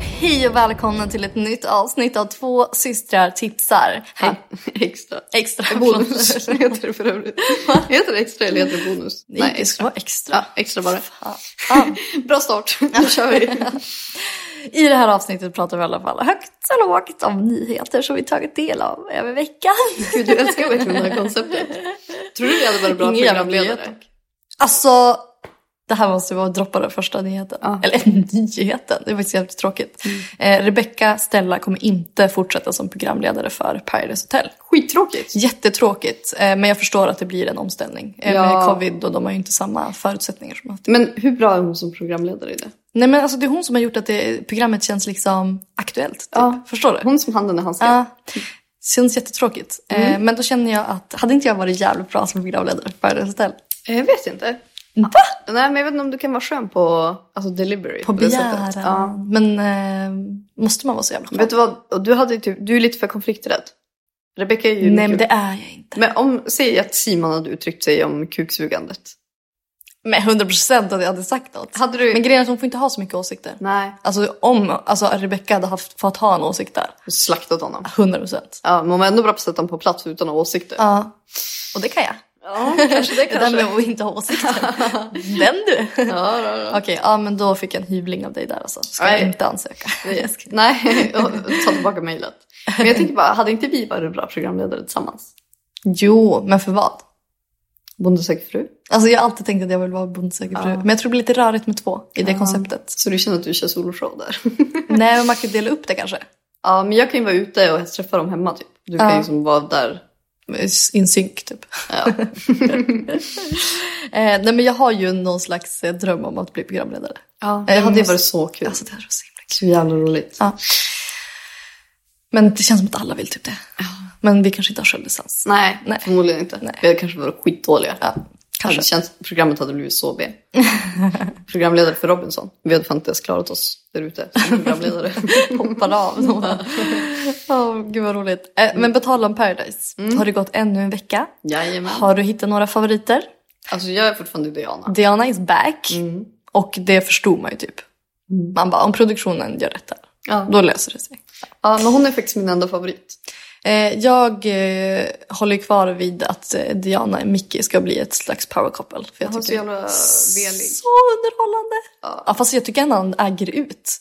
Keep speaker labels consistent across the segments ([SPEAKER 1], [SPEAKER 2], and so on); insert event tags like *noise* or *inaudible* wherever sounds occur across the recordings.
[SPEAKER 1] Hej och välkomna till ett nytt avsnitt av Två systrar tipsar. Här.
[SPEAKER 2] Extra.
[SPEAKER 1] Extra.
[SPEAKER 2] Bonus *laughs* heter det för övrigt. Heter det extra eller heter det bonus?
[SPEAKER 1] Nej, det ska vara extra.
[SPEAKER 2] Ja, extra bara.
[SPEAKER 1] Ja.
[SPEAKER 2] *laughs* Bra start, nu kör vi.
[SPEAKER 1] I det här avsnittet pratar vi i alla fall högt och lågt om nyheter som vi tagit del av över veckan. *laughs*
[SPEAKER 2] Gud, du älskar verkligen det här konceptet. Tror du vi hade varit bra
[SPEAKER 1] Ingen jävla
[SPEAKER 2] programledare?
[SPEAKER 1] nyhet. Alltså, det här måste vara att droppa den första nyheten. Eller *laughs* nyheten, det var faktiskt jävligt tråkigt.
[SPEAKER 2] Mm.
[SPEAKER 1] Eh, Rebecca Stella kommer inte fortsätta som programledare för Paradise Hotel.
[SPEAKER 2] Skittråkigt.
[SPEAKER 1] Jättetråkigt, eh, men jag förstår att det blir en omställning. Eh, Med
[SPEAKER 2] Ja.
[SPEAKER 1] covid och de har ju inte samma förutsättningar som att
[SPEAKER 2] Men hur bra är hon som programledare i det?
[SPEAKER 1] Nej men alltså det är hon som har gjort att det, programmet känns liksom aktuellt. Typ.
[SPEAKER 2] Ja.
[SPEAKER 1] Förstår du?
[SPEAKER 2] Hon som handen i handsken.
[SPEAKER 1] Ja. Känns jättetråkigt. Eh,
[SPEAKER 2] Mm.
[SPEAKER 1] men då känner jag att, hade inte jag varit jävligt bra som programledare för Paradise Hotel?
[SPEAKER 2] Eh, Jag vet inte.
[SPEAKER 1] Va?
[SPEAKER 2] Nej, men jag vet inte om du kan vara skön på alltså delivery.
[SPEAKER 1] På
[SPEAKER 2] det
[SPEAKER 1] begäran.
[SPEAKER 2] sättet. Ja.
[SPEAKER 1] Men eh, måste man vara så jävla skön?
[SPEAKER 2] Vet du vad? Och Du, hade ju typ, du är lite för konflikträdd. Rebecca är ju
[SPEAKER 1] Nej men
[SPEAKER 2] mycket-
[SPEAKER 1] det är jag inte.
[SPEAKER 2] men om, säg att Simon hade uttryckt sig om kuksugandet.
[SPEAKER 1] Med 100 procent att jag hade sagt något.
[SPEAKER 2] Hade du-
[SPEAKER 1] Men grejen är att hon får inte ha så mycket åsikter.
[SPEAKER 2] Nej.
[SPEAKER 1] Alltså om alltså, Rebecca hade haft, fått ha en åsikt där.
[SPEAKER 2] Slaktat honom.
[SPEAKER 1] 100 procent.
[SPEAKER 2] Ja, men hon var ändå bra på att sätta dem på plats utan att ha åsikter.
[SPEAKER 1] Ja. Och det kan jag.
[SPEAKER 2] Ja, kanske *laughs* det
[SPEAKER 1] Det där med att inte ha åsikter. *laughs* Den du!
[SPEAKER 2] Ja, ja, ja.
[SPEAKER 1] Okej, ja men då fick jag en hyvling av dig där alltså. Ska
[SPEAKER 2] Nej.
[SPEAKER 1] jag inte ansöka.
[SPEAKER 2] Nej, *laughs* och ta tillbaka mejlet. Men jag tänker bara, hade inte vi varit bra programledare tillsammans?
[SPEAKER 1] Jo, men för vad?
[SPEAKER 2] Bonde söker fru.
[SPEAKER 1] Alltså jag har alltid tänkt att jag vill vara bondsökerfru.
[SPEAKER 2] Ja.
[SPEAKER 1] Men jag tror det blir lite rörigt med två i det konceptet.
[SPEAKER 2] Så du känner att du kör soloshow där? *laughs*
[SPEAKER 1] Nej, men man kan dela upp det kanske.
[SPEAKER 2] ja, men jag kan ju vara ute och träffa dem hemma typ. Du kan
[SPEAKER 1] Ja.
[SPEAKER 2] ju liksom vara där.
[SPEAKER 1] In sync typ.
[SPEAKER 2] Ja.
[SPEAKER 1] *laughs* Eh, nej men jag har ju någon slags eh, dröm om att bli programledare. Eh,
[SPEAKER 2] det hade ju
[SPEAKER 1] måste-
[SPEAKER 2] varit så kul.
[SPEAKER 1] Alltså det hade varit så himla kul.
[SPEAKER 2] Så jävla roligt.
[SPEAKER 1] Ja. Men det känns som att alla vill typ det. Men vi kanske inte har självdistans.
[SPEAKER 2] Nej,
[SPEAKER 1] Nej.
[SPEAKER 2] förmodligen inte.
[SPEAKER 1] Nej.
[SPEAKER 2] Vi hade kanske varit skitdåliga.
[SPEAKER 1] Ja, kanske.
[SPEAKER 2] Hade känts, programmet hade blivit så *laughs* B. Programledare för Robinson. Vi hade fan inte ens klarat oss där ute som *laughs* programledare.
[SPEAKER 1] hoppade av. *laughs* oh, gud vad roligt. Eh, men på tal om Paradise. Har det gått ännu en vecka?
[SPEAKER 2] Mm. Jajamän.
[SPEAKER 1] Har du hittat några favoriter?
[SPEAKER 2] Alltså jag är fortfarande Diana.
[SPEAKER 1] Diana is back.
[SPEAKER 2] Mm.
[SPEAKER 1] Och det förstod man ju typ. Man bara, om produktionen gör rätt där,
[SPEAKER 2] Ja.
[SPEAKER 1] då löser det sig.
[SPEAKER 2] Ja, men hon är faktiskt min enda favorit.
[SPEAKER 1] Eh, jag eh, håller ju kvar vid att eh, Diana och Mickey ska bli ett slags power couple. För jag
[SPEAKER 2] Hon är så
[SPEAKER 1] tycker det
[SPEAKER 2] jävla
[SPEAKER 1] är
[SPEAKER 2] velig.
[SPEAKER 1] så underhållande. Ja. fast jag tycker att han äger ut.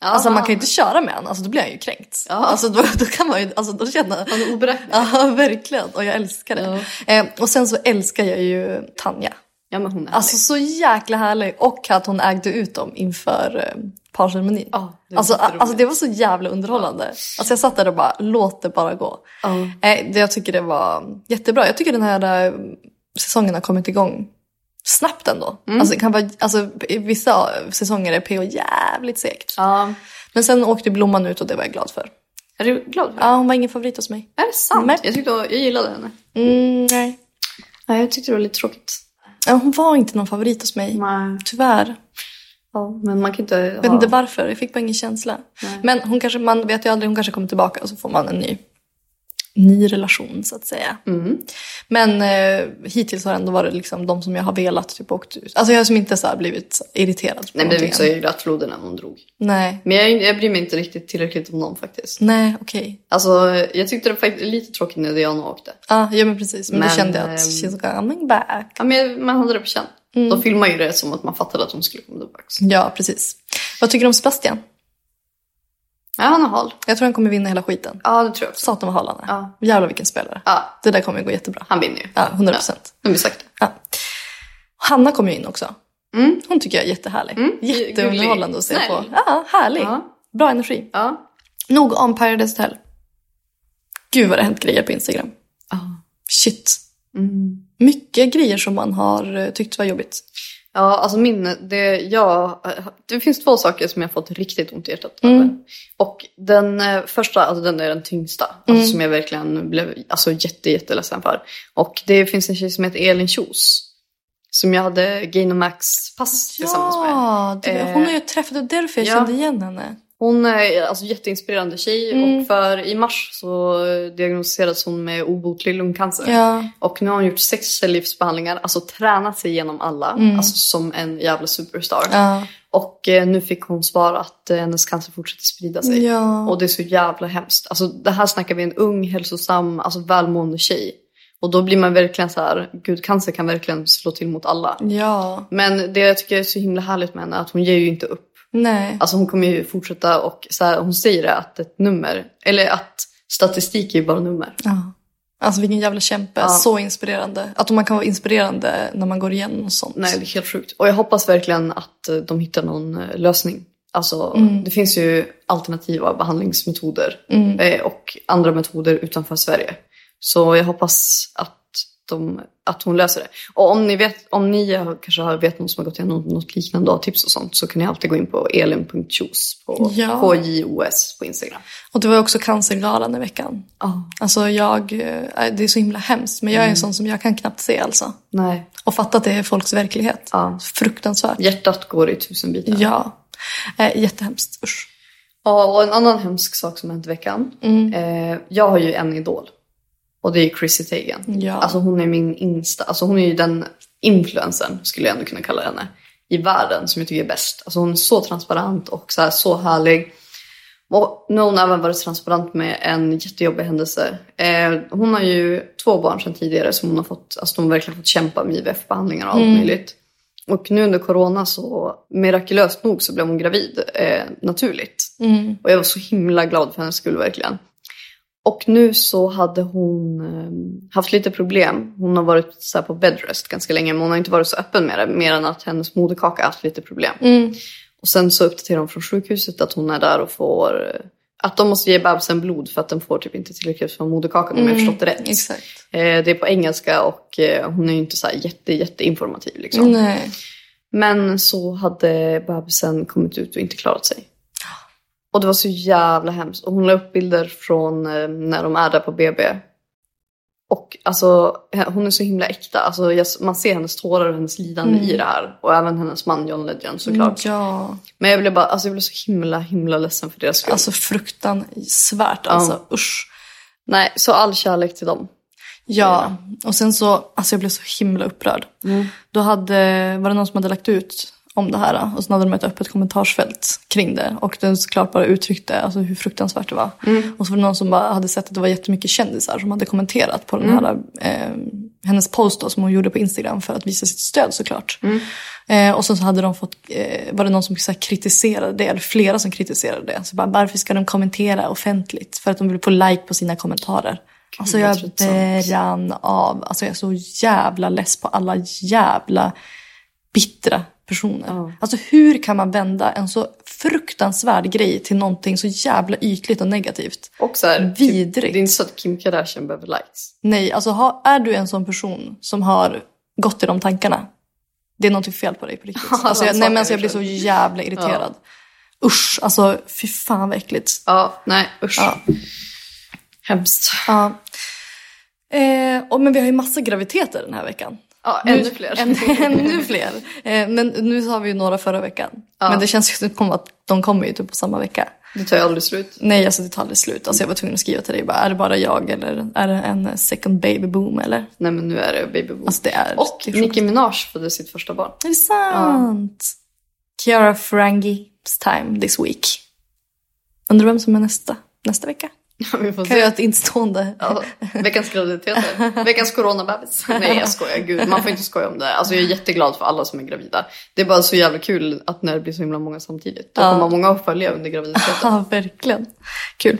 [SPEAKER 1] Alltså man kan ju inte köra med honom, alltså, då blir han ju kränkt.
[SPEAKER 2] Ja.
[SPEAKER 1] Alltså, då, då kan man ju alltså, då känna...
[SPEAKER 2] Han är oberäknelig.
[SPEAKER 1] *laughs* Ja, verkligen. Och jag älskar det. Eh, och sen så älskar jag ju Tanja.
[SPEAKER 2] Ja, men hon är
[SPEAKER 1] Alltså så jäkla härlig. Och att hon ägde ut dem inför eh, parceremonin.
[SPEAKER 2] Ja, det var
[SPEAKER 1] alltså, a-
[SPEAKER 2] jätteroligt.
[SPEAKER 1] alltså det var så jävla underhållande. Alltså jag satt där och bara, låt det bara gå.
[SPEAKER 2] härlig.
[SPEAKER 1] Eh, det, jag tycker det var jättebra. Jag tycker den här eh, säsongen har kommit igång snabbt ändå.
[SPEAKER 2] Mm.
[SPEAKER 1] Alltså, det kan vara, alltså, i vissa säsonger är PO jävligt segt.
[SPEAKER 2] Ja.
[SPEAKER 1] Men sen åkte Blomman ut och det var jag glad för.
[SPEAKER 2] Är du glad för det?
[SPEAKER 1] Ja, hon var ingen favorit hos mig.
[SPEAKER 2] Är det sant?
[SPEAKER 1] Nej.
[SPEAKER 2] Jag tyckte jag gillade henne.
[SPEAKER 1] Mm, nej.
[SPEAKER 2] Nej, jag tyckte det var lite tråkigt.
[SPEAKER 1] Ja, Hon var inte någon favorit hos mig.
[SPEAKER 2] Nej.
[SPEAKER 1] Tyvärr.
[SPEAKER 2] Ja, men man kan inte
[SPEAKER 1] Jag vet
[SPEAKER 2] ha...
[SPEAKER 1] inte varför, jag fick bara ingen känsla. Men hon kanske, man vet ju aldrig, hon kanske kommer tillbaka och så får man en ny, ny relation så att säga.
[SPEAKER 2] Mm.
[SPEAKER 1] Men eh, hittills har det ändå varit liksom de som jag har velat typ åkt ut. Alltså jag har som inte så här blivit irriterad. på
[SPEAKER 2] Nej, men det blev
[SPEAKER 1] någonting
[SPEAKER 2] inte så
[SPEAKER 1] än.
[SPEAKER 2] i rattfloden när hon drog.
[SPEAKER 1] Nej,
[SPEAKER 2] Men jag, jag bryr mig inte riktigt tillräckligt om någon faktiskt.
[SPEAKER 1] nej okej.
[SPEAKER 2] Alltså, jag tyckte det var faktiskt lite tråkigt när Diana åkte.
[SPEAKER 1] Ah, ja men precis, men,
[SPEAKER 2] Men,
[SPEAKER 1] då kände jag att
[SPEAKER 2] ehm,
[SPEAKER 1] she's coming back.
[SPEAKER 2] Ja, men jag- man hade det på känn. De filmade ju det som att man fattade att hon skulle komma tillbaka.
[SPEAKER 1] Ja precis. Vad tycker du om Sebastian?
[SPEAKER 2] Ja, han är hal.
[SPEAKER 1] Jag tror han kommer vinna hela skiten.
[SPEAKER 2] Ja, det tror jag också.
[SPEAKER 1] Satan vad hal han är.
[SPEAKER 2] Ja.
[SPEAKER 1] Jävlar vilken spelare.
[SPEAKER 2] Ja,
[SPEAKER 1] Det där kommer gå jättebra.
[SPEAKER 2] han vinner ju.
[SPEAKER 1] Ja, 100 procent.
[SPEAKER 2] Det har vi sagt.
[SPEAKER 1] Ja. Hanna kom ju in också.
[SPEAKER 2] Mm.
[SPEAKER 1] Hon tycker jag är jättehärlig.
[SPEAKER 2] Mm.
[SPEAKER 1] Jätteunderhållande att se
[SPEAKER 2] Gullig.
[SPEAKER 1] på. Ja, härlig.
[SPEAKER 2] Ja.
[SPEAKER 1] Bra energi.
[SPEAKER 2] Ja.
[SPEAKER 1] Nog om Paradise Hotel. Gud vad det har hänt grejer på Instagram. Shit.
[SPEAKER 2] Mm.
[SPEAKER 1] Mycket grejer som man har eh, tyckt var jobbigt.
[SPEAKER 2] Ja, alltså min, det, jag, det finns två saker som jag fått riktigt ont i hjärtat
[SPEAKER 1] Mm.
[SPEAKER 2] över. Och den eh, första, alltså den är den tyngsta, alltså
[SPEAKER 1] Mm.
[SPEAKER 2] som jag verkligen blev alltså, jätte, jätteledsen för. Och det finns en tjej som heter Elin Kjos som jag hade Gain och Max pass tillsammans med.
[SPEAKER 1] Ja, det,
[SPEAKER 2] Eh,
[SPEAKER 1] hon har ju träffat, det är därför jag
[SPEAKER 2] ja.
[SPEAKER 1] kände igen henne.
[SPEAKER 2] Hon är alltså jätteinspirerande tjej
[SPEAKER 1] Mm.
[SPEAKER 2] och för i mars så diagnostiserades hon med obotlig lungcancer.
[SPEAKER 1] Ja,
[SPEAKER 2] Och nu har hon gjort sex livsbehandlingar, alltså tränat sig igenom alla,
[SPEAKER 1] Mm.
[SPEAKER 2] alltså som en jävla superstar.
[SPEAKER 1] ja,
[SPEAKER 2] Och eh, nu fick hon svar att eh, hennes cancer fortsätter sprida sig.
[SPEAKER 1] ja.
[SPEAKER 2] Och det är så jävla hemskt. Alltså det här snackar vi en ung, hälsosam, alltså välmående tjej. Och då blir man verkligen så här, gud cancer kan verkligen slå till mot alla.
[SPEAKER 1] Mm. ja.
[SPEAKER 2] Men det jag tycker är så himla härligt med henne är att hon ger ju inte upp.
[SPEAKER 1] nej.
[SPEAKER 2] Alltså hon kommer ju fortsätta och så här, hon säger det att ett nummer, eller att statistik är ju bara nummer.
[SPEAKER 1] Ja. Alltså vilken jävla kämpe.
[SPEAKER 2] Ja.
[SPEAKER 1] Så inspirerande. Att man kan vara inspirerande när man går igenom och sånt.
[SPEAKER 2] Nej, det är helt sjukt. Och jag hoppas verkligen att eh, de hittar någon eh, lösning. Alltså,
[SPEAKER 1] Mm.
[SPEAKER 2] det finns ju alternativa behandlingsmetoder
[SPEAKER 1] Mm.
[SPEAKER 2] eh, och andra metoder utanför Sverige. Så jag hoppas att, de, att hon löser det. Och om ni, vet, om ni har- kanske har- vet någon som har gått igenom något liknande och har tips och sånt så kan ni alltid gå in på elin.chos på
[SPEAKER 1] Ja.
[SPEAKER 2] KJOS på Instagram.
[SPEAKER 1] Och det var ju också cancergalan i veckan. Alltså jag, eh, det är så himla hemskt men jag
[SPEAKER 2] Mm.
[SPEAKER 1] är en sån som jag kan knappt se alltså.
[SPEAKER 2] Nej.
[SPEAKER 1] Och fatta att det är folks verklighet.
[SPEAKER 2] Ja.
[SPEAKER 1] Fruktansvärt.
[SPEAKER 2] Hjärtat går i tusen bitar.
[SPEAKER 1] Ja. Eh, jättehemskt. Usch.
[SPEAKER 2] Ja, och en annan hemsk sak som hänt i veckan. Eh, jag har ju en idol. Och det är Chrissy Teigen.
[SPEAKER 1] Ja.
[SPEAKER 2] Alltså hon är min insta, alltså hon är ju den influensen skulle jag ändå kunna kalla henne. I världen som jag tycker är bäst. Alltså hon är så transparent och så, här, så härlig. Och nu har hon även varit transparent med en jättejobbig händelse. Eh, hon har ju två barn sedan tidigare som hon har fått, alltså de har verkligen fått kämpa med IVF-behandlingar och allt möjligt. Och nu under corona så mirakulöst nog så blev hon gravid eh, naturligt. Och jag var så himla glad för hennes skull verkligen. Och nu så hade hon eh, haft lite problem. Hon har varit så här på bedrest ganska länge men hon har inte varit så öppen med det. Mer än att hennes moderkaka har haft lite problem. Och sen så uppdaterar hon från sjukhuset att hon är där och får... eh, Att de måste ge bebisen blod för att den får typ inte tillräckligt från moderkakan om jag förstått det rätt.
[SPEAKER 1] Mm, Exakt.
[SPEAKER 2] Eh, det är på engelska och eh, hon är ju inte så här jätte, jätteinformativ liksom.
[SPEAKER 1] Nej.
[SPEAKER 2] Men så hade bebisen kommit ut och inte klarat sig. Och det var så jävla hemskt. Och hon la upp bilder från eh, när de är där på BB. Och alltså, he- hon är så himla äkta. Alltså, jag, man ser hennes tårar och hennes lidande i
[SPEAKER 1] Mm.
[SPEAKER 2] det här. Och även hennes man John Legend såklart.
[SPEAKER 1] Ja.
[SPEAKER 2] Men jag blev, bara, alltså, jag blev så himla, himla ledsen för deras skull.
[SPEAKER 1] Alltså fruktansvärt alltså. Usch.
[SPEAKER 2] Nej, så all kärlek till dem.
[SPEAKER 1] Ja, och sen så, alltså jag blev så himla upprörd. Då hade, var det någon som hade lagt ut om det här och sen hade de ett öppet kommentarsfält kring det och den såklart bara uttryckte alltså, hur fruktansvärt det var. Och så var det någon som bara hade sett att det var jättemycket kändisar som hade kommenterat på den här, eh, hennes post då, som hon gjorde på Instagram för att visa sitt stöd såklart. Eh, och sen så hade de fått, eh, var det någon som så här kritiserade det, eller flera som kritiserade det. Så bara, varför ska de kommentera offentligt? För att de vill få like på sina kommentarer. Alltså
[SPEAKER 2] vad
[SPEAKER 1] jag
[SPEAKER 2] tröttsamt.
[SPEAKER 1] brann av. Alltså jag är så jävla less på alla jävla bittra personer. Alltså hur kan man vända en så fruktansvärd grej till någonting så jävla ytligt och negativt?
[SPEAKER 2] Och så här, typ,
[SPEAKER 1] Vidrigt.
[SPEAKER 2] det är inte så att Kim Kardashian behöver likes.
[SPEAKER 1] Nej, alltså ha, är du en sån person som har gått i de tankarna, det är någonting fel på dig på riktigt. Alltså jag, nej, men alltså jag blir så jävla irriterad. Usch, alltså fy fan vad äckligt.
[SPEAKER 2] Ja, nej usch.
[SPEAKER 1] Ja.
[SPEAKER 2] Hemskt.
[SPEAKER 1] Ja. Eh, och, men vi har ju massa graviditeter den här veckan.
[SPEAKER 2] Ja,
[SPEAKER 1] Nu-
[SPEAKER 2] ännu fler.
[SPEAKER 1] Än, *laughs* ännu fler. Eh, men nu har vi ju några förra veckan. Men det känns ju som att de kommer ju typ på samma vecka.
[SPEAKER 2] Det tar ju aldrig slut.
[SPEAKER 1] Nej, alltså det tar aldrig slut. Alltså jag var tvungen att skriva till dig bara, är det bara jag eller är det en second baby boom eller?
[SPEAKER 2] Nej men nu är det baby boom.
[SPEAKER 1] Alltså det är...
[SPEAKER 2] och
[SPEAKER 1] det är
[SPEAKER 2] Nicki Minaj födde sitt
[SPEAKER 1] *laughs*
[SPEAKER 2] första barn.
[SPEAKER 1] Är det sant? Chiara Ferrangis time this week. Undrar vem som är nästa, nästa vecka?
[SPEAKER 2] Vi får
[SPEAKER 1] Kan jag
[SPEAKER 2] se.
[SPEAKER 1] göra ett instående?
[SPEAKER 2] Ja, veckans graviditeter. Veckans coronabebis. Nej jag skojar, gud man får inte skoja om det. Alltså jag är jätteglad för alla som är gravida. Det är bara så jävla kul att när det blir så himla många samtidigt. Då kommer många att följa
[SPEAKER 1] *laughs*
[SPEAKER 2] under graviditeten.
[SPEAKER 1] *laughs* Ja, verkligen. Kul.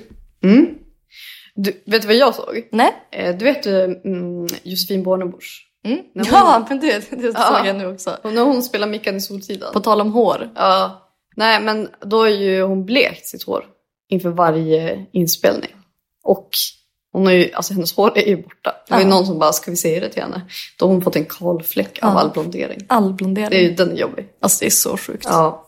[SPEAKER 2] Du, vet du vad jag såg?
[SPEAKER 1] Nej?
[SPEAKER 2] Eh, Du vet eh, mm, Josefin Bornebusch? När hon-
[SPEAKER 1] Mm. Ja, men det, det
[SPEAKER 2] Ja.
[SPEAKER 1] såg jag nu också.
[SPEAKER 2] Och när hon spelar Mickan i Solsidan.
[SPEAKER 1] På tal om hår.
[SPEAKER 2] Ja. Nej men då är ju hon blekt sitt hår inför varje inspelning. Och hon har ju, alltså hennes hår är ju borta. Det var ju
[SPEAKER 1] Ja.
[SPEAKER 2] någon som bara, ska vi säga det till henne? Då har hon fått en kal fläck av
[SPEAKER 1] Ja.
[SPEAKER 2] all blondering.
[SPEAKER 1] All blondering.
[SPEAKER 2] Det är ju den är jobbig.
[SPEAKER 1] Alltså det är så sjukt.
[SPEAKER 2] Ja.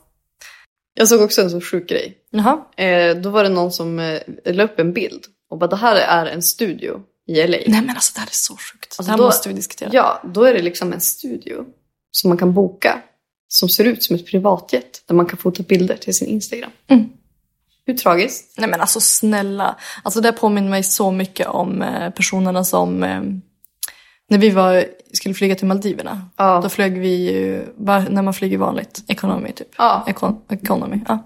[SPEAKER 2] Jag såg också en så sjuk grej.
[SPEAKER 1] Jaha.
[SPEAKER 2] Eh, då var det någon som eh, la upp en bild och bara, det här är en studio i LA.
[SPEAKER 1] Nej men alltså det här är så sjukt. det här
[SPEAKER 2] då-
[SPEAKER 1] måste vi diskutera.
[SPEAKER 2] Ja, då är det liksom en studio som man kan boka. Som ser ut som ett privatjet. Där man kan fota bilder till sin Instagram.
[SPEAKER 1] Mm.
[SPEAKER 2] Hur tragiskt?
[SPEAKER 1] Nej men alltså snälla. Alltså det påminner mig så mycket om eh, personerna som... eh, När vi var, skulle flyga till Maldiverna.
[SPEAKER 2] Ja.
[SPEAKER 1] Då flög vi ju, va- när man flyger vanligt, economy typ.
[SPEAKER 2] Ja.
[SPEAKER 1] Econ, economy, ja.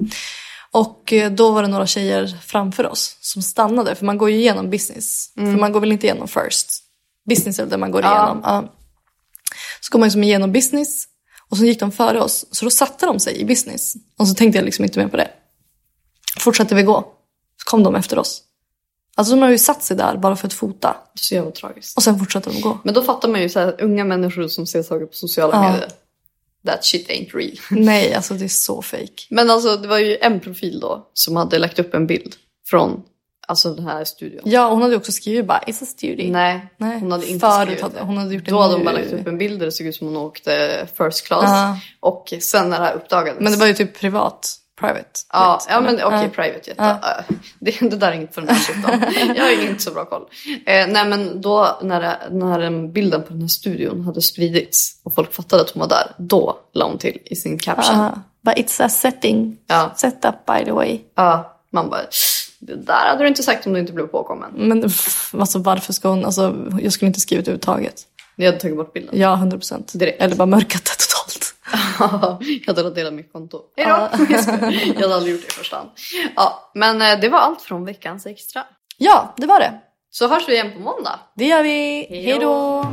[SPEAKER 1] Och eh, då var det några tjejer framför oss som stannade. För man går ju igenom business. För man går väl inte igenom first. Business är väl det man går igenom. Mm. Ja. Så går man ju som igenom business. Och så gick de före oss. Så då satte de sig i business. Och så tänkte jag liksom inte mer på det. Fortsatte vi gå. Så kom de efter oss. Alltså de har ju satt sig där bara för att fota.
[SPEAKER 2] Det är så jävla tragiskt.
[SPEAKER 1] Och sen fortsatte de gå.
[SPEAKER 2] Men då fattar man ju så här, unga människor som ser saker på sociala
[SPEAKER 1] Ja.
[SPEAKER 2] medier. That shit ain't real. *laughs*
[SPEAKER 1] Nej, alltså det är så fake.
[SPEAKER 2] Men alltså det var ju en profil då som hade lagt upp en bild från alltså den här studion.
[SPEAKER 1] Ja, hon hade ju också skrivit bara “It's a studio”.
[SPEAKER 2] Nej,
[SPEAKER 1] Nej,
[SPEAKER 2] hon hade inte
[SPEAKER 1] förut
[SPEAKER 2] skrivit
[SPEAKER 1] hade-
[SPEAKER 2] det.
[SPEAKER 1] hon hade gjort det
[SPEAKER 2] Då hade hon
[SPEAKER 1] nu.
[SPEAKER 2] bara lagt upp en bild där det såg ut som hon åkte first class.
[SPEAKER 1] Ja.
[SPEAKER 2] Och sen när det här uppdagades.
[SPEAKER 1] Men det var ju typ privat, private.
[SPEAKER 2] Ja,
[SPEAKER 1] vet, Eh,
[SPEAKER 2] ja men
[SPEAKER 1] eller?
[SPEAKER 2] okej,
[SPEAKER 1] Ja.
[SPEAKER 2] private jet. Ja. Det, det där är inget för den här
[SPEAKER 1] *laughs*
[SPEAKER 2] syftan. Jag har inte så bra koll. Eh, nej men då när, det- när den bilden på den här studion hade spridits och folk fattade att hon var där, då la hon till i sin caption.
[SPEAKER 1] Ja. But it's a setting,
[SPEAKER 2] Ja.
[SPEAKER 1] set up by the way.
[SPEAKER 2] Ja, man bara, det där hade du inte sagt om du inte blev påkommen.
[SPEAKER 1] Men pff, alltså, varför ska hon, alltså, jag skulle inte skrivit överhuvudtaget.
[SPEAKER 2] Jag hade tagit
[SPEAKER 1] *laughs*
[SPEAKER 2] bort bilden.
[SPEAKER 1] Ja, 100 procent.
[SPEAKER 2] Direkt.
[SPEAKER 1] Eller bara mörkat det *laughs* totalt.
[SPEAKER 2] jag hade raderat mitt konto. Hej då! *laughs* Jag skojar. Jag hade aldrig gjort det i första hand. Ja, men eh, det var allt från veckans extra.
[SPEAKER 1] Ja, det var det.
[SPEAKER 2] Så hörs vi igen på måndag.
[SPEAKER 1] Det gör vi.
[SPEAKER 2] Hej då.
[SPEAKER 1] Hej då!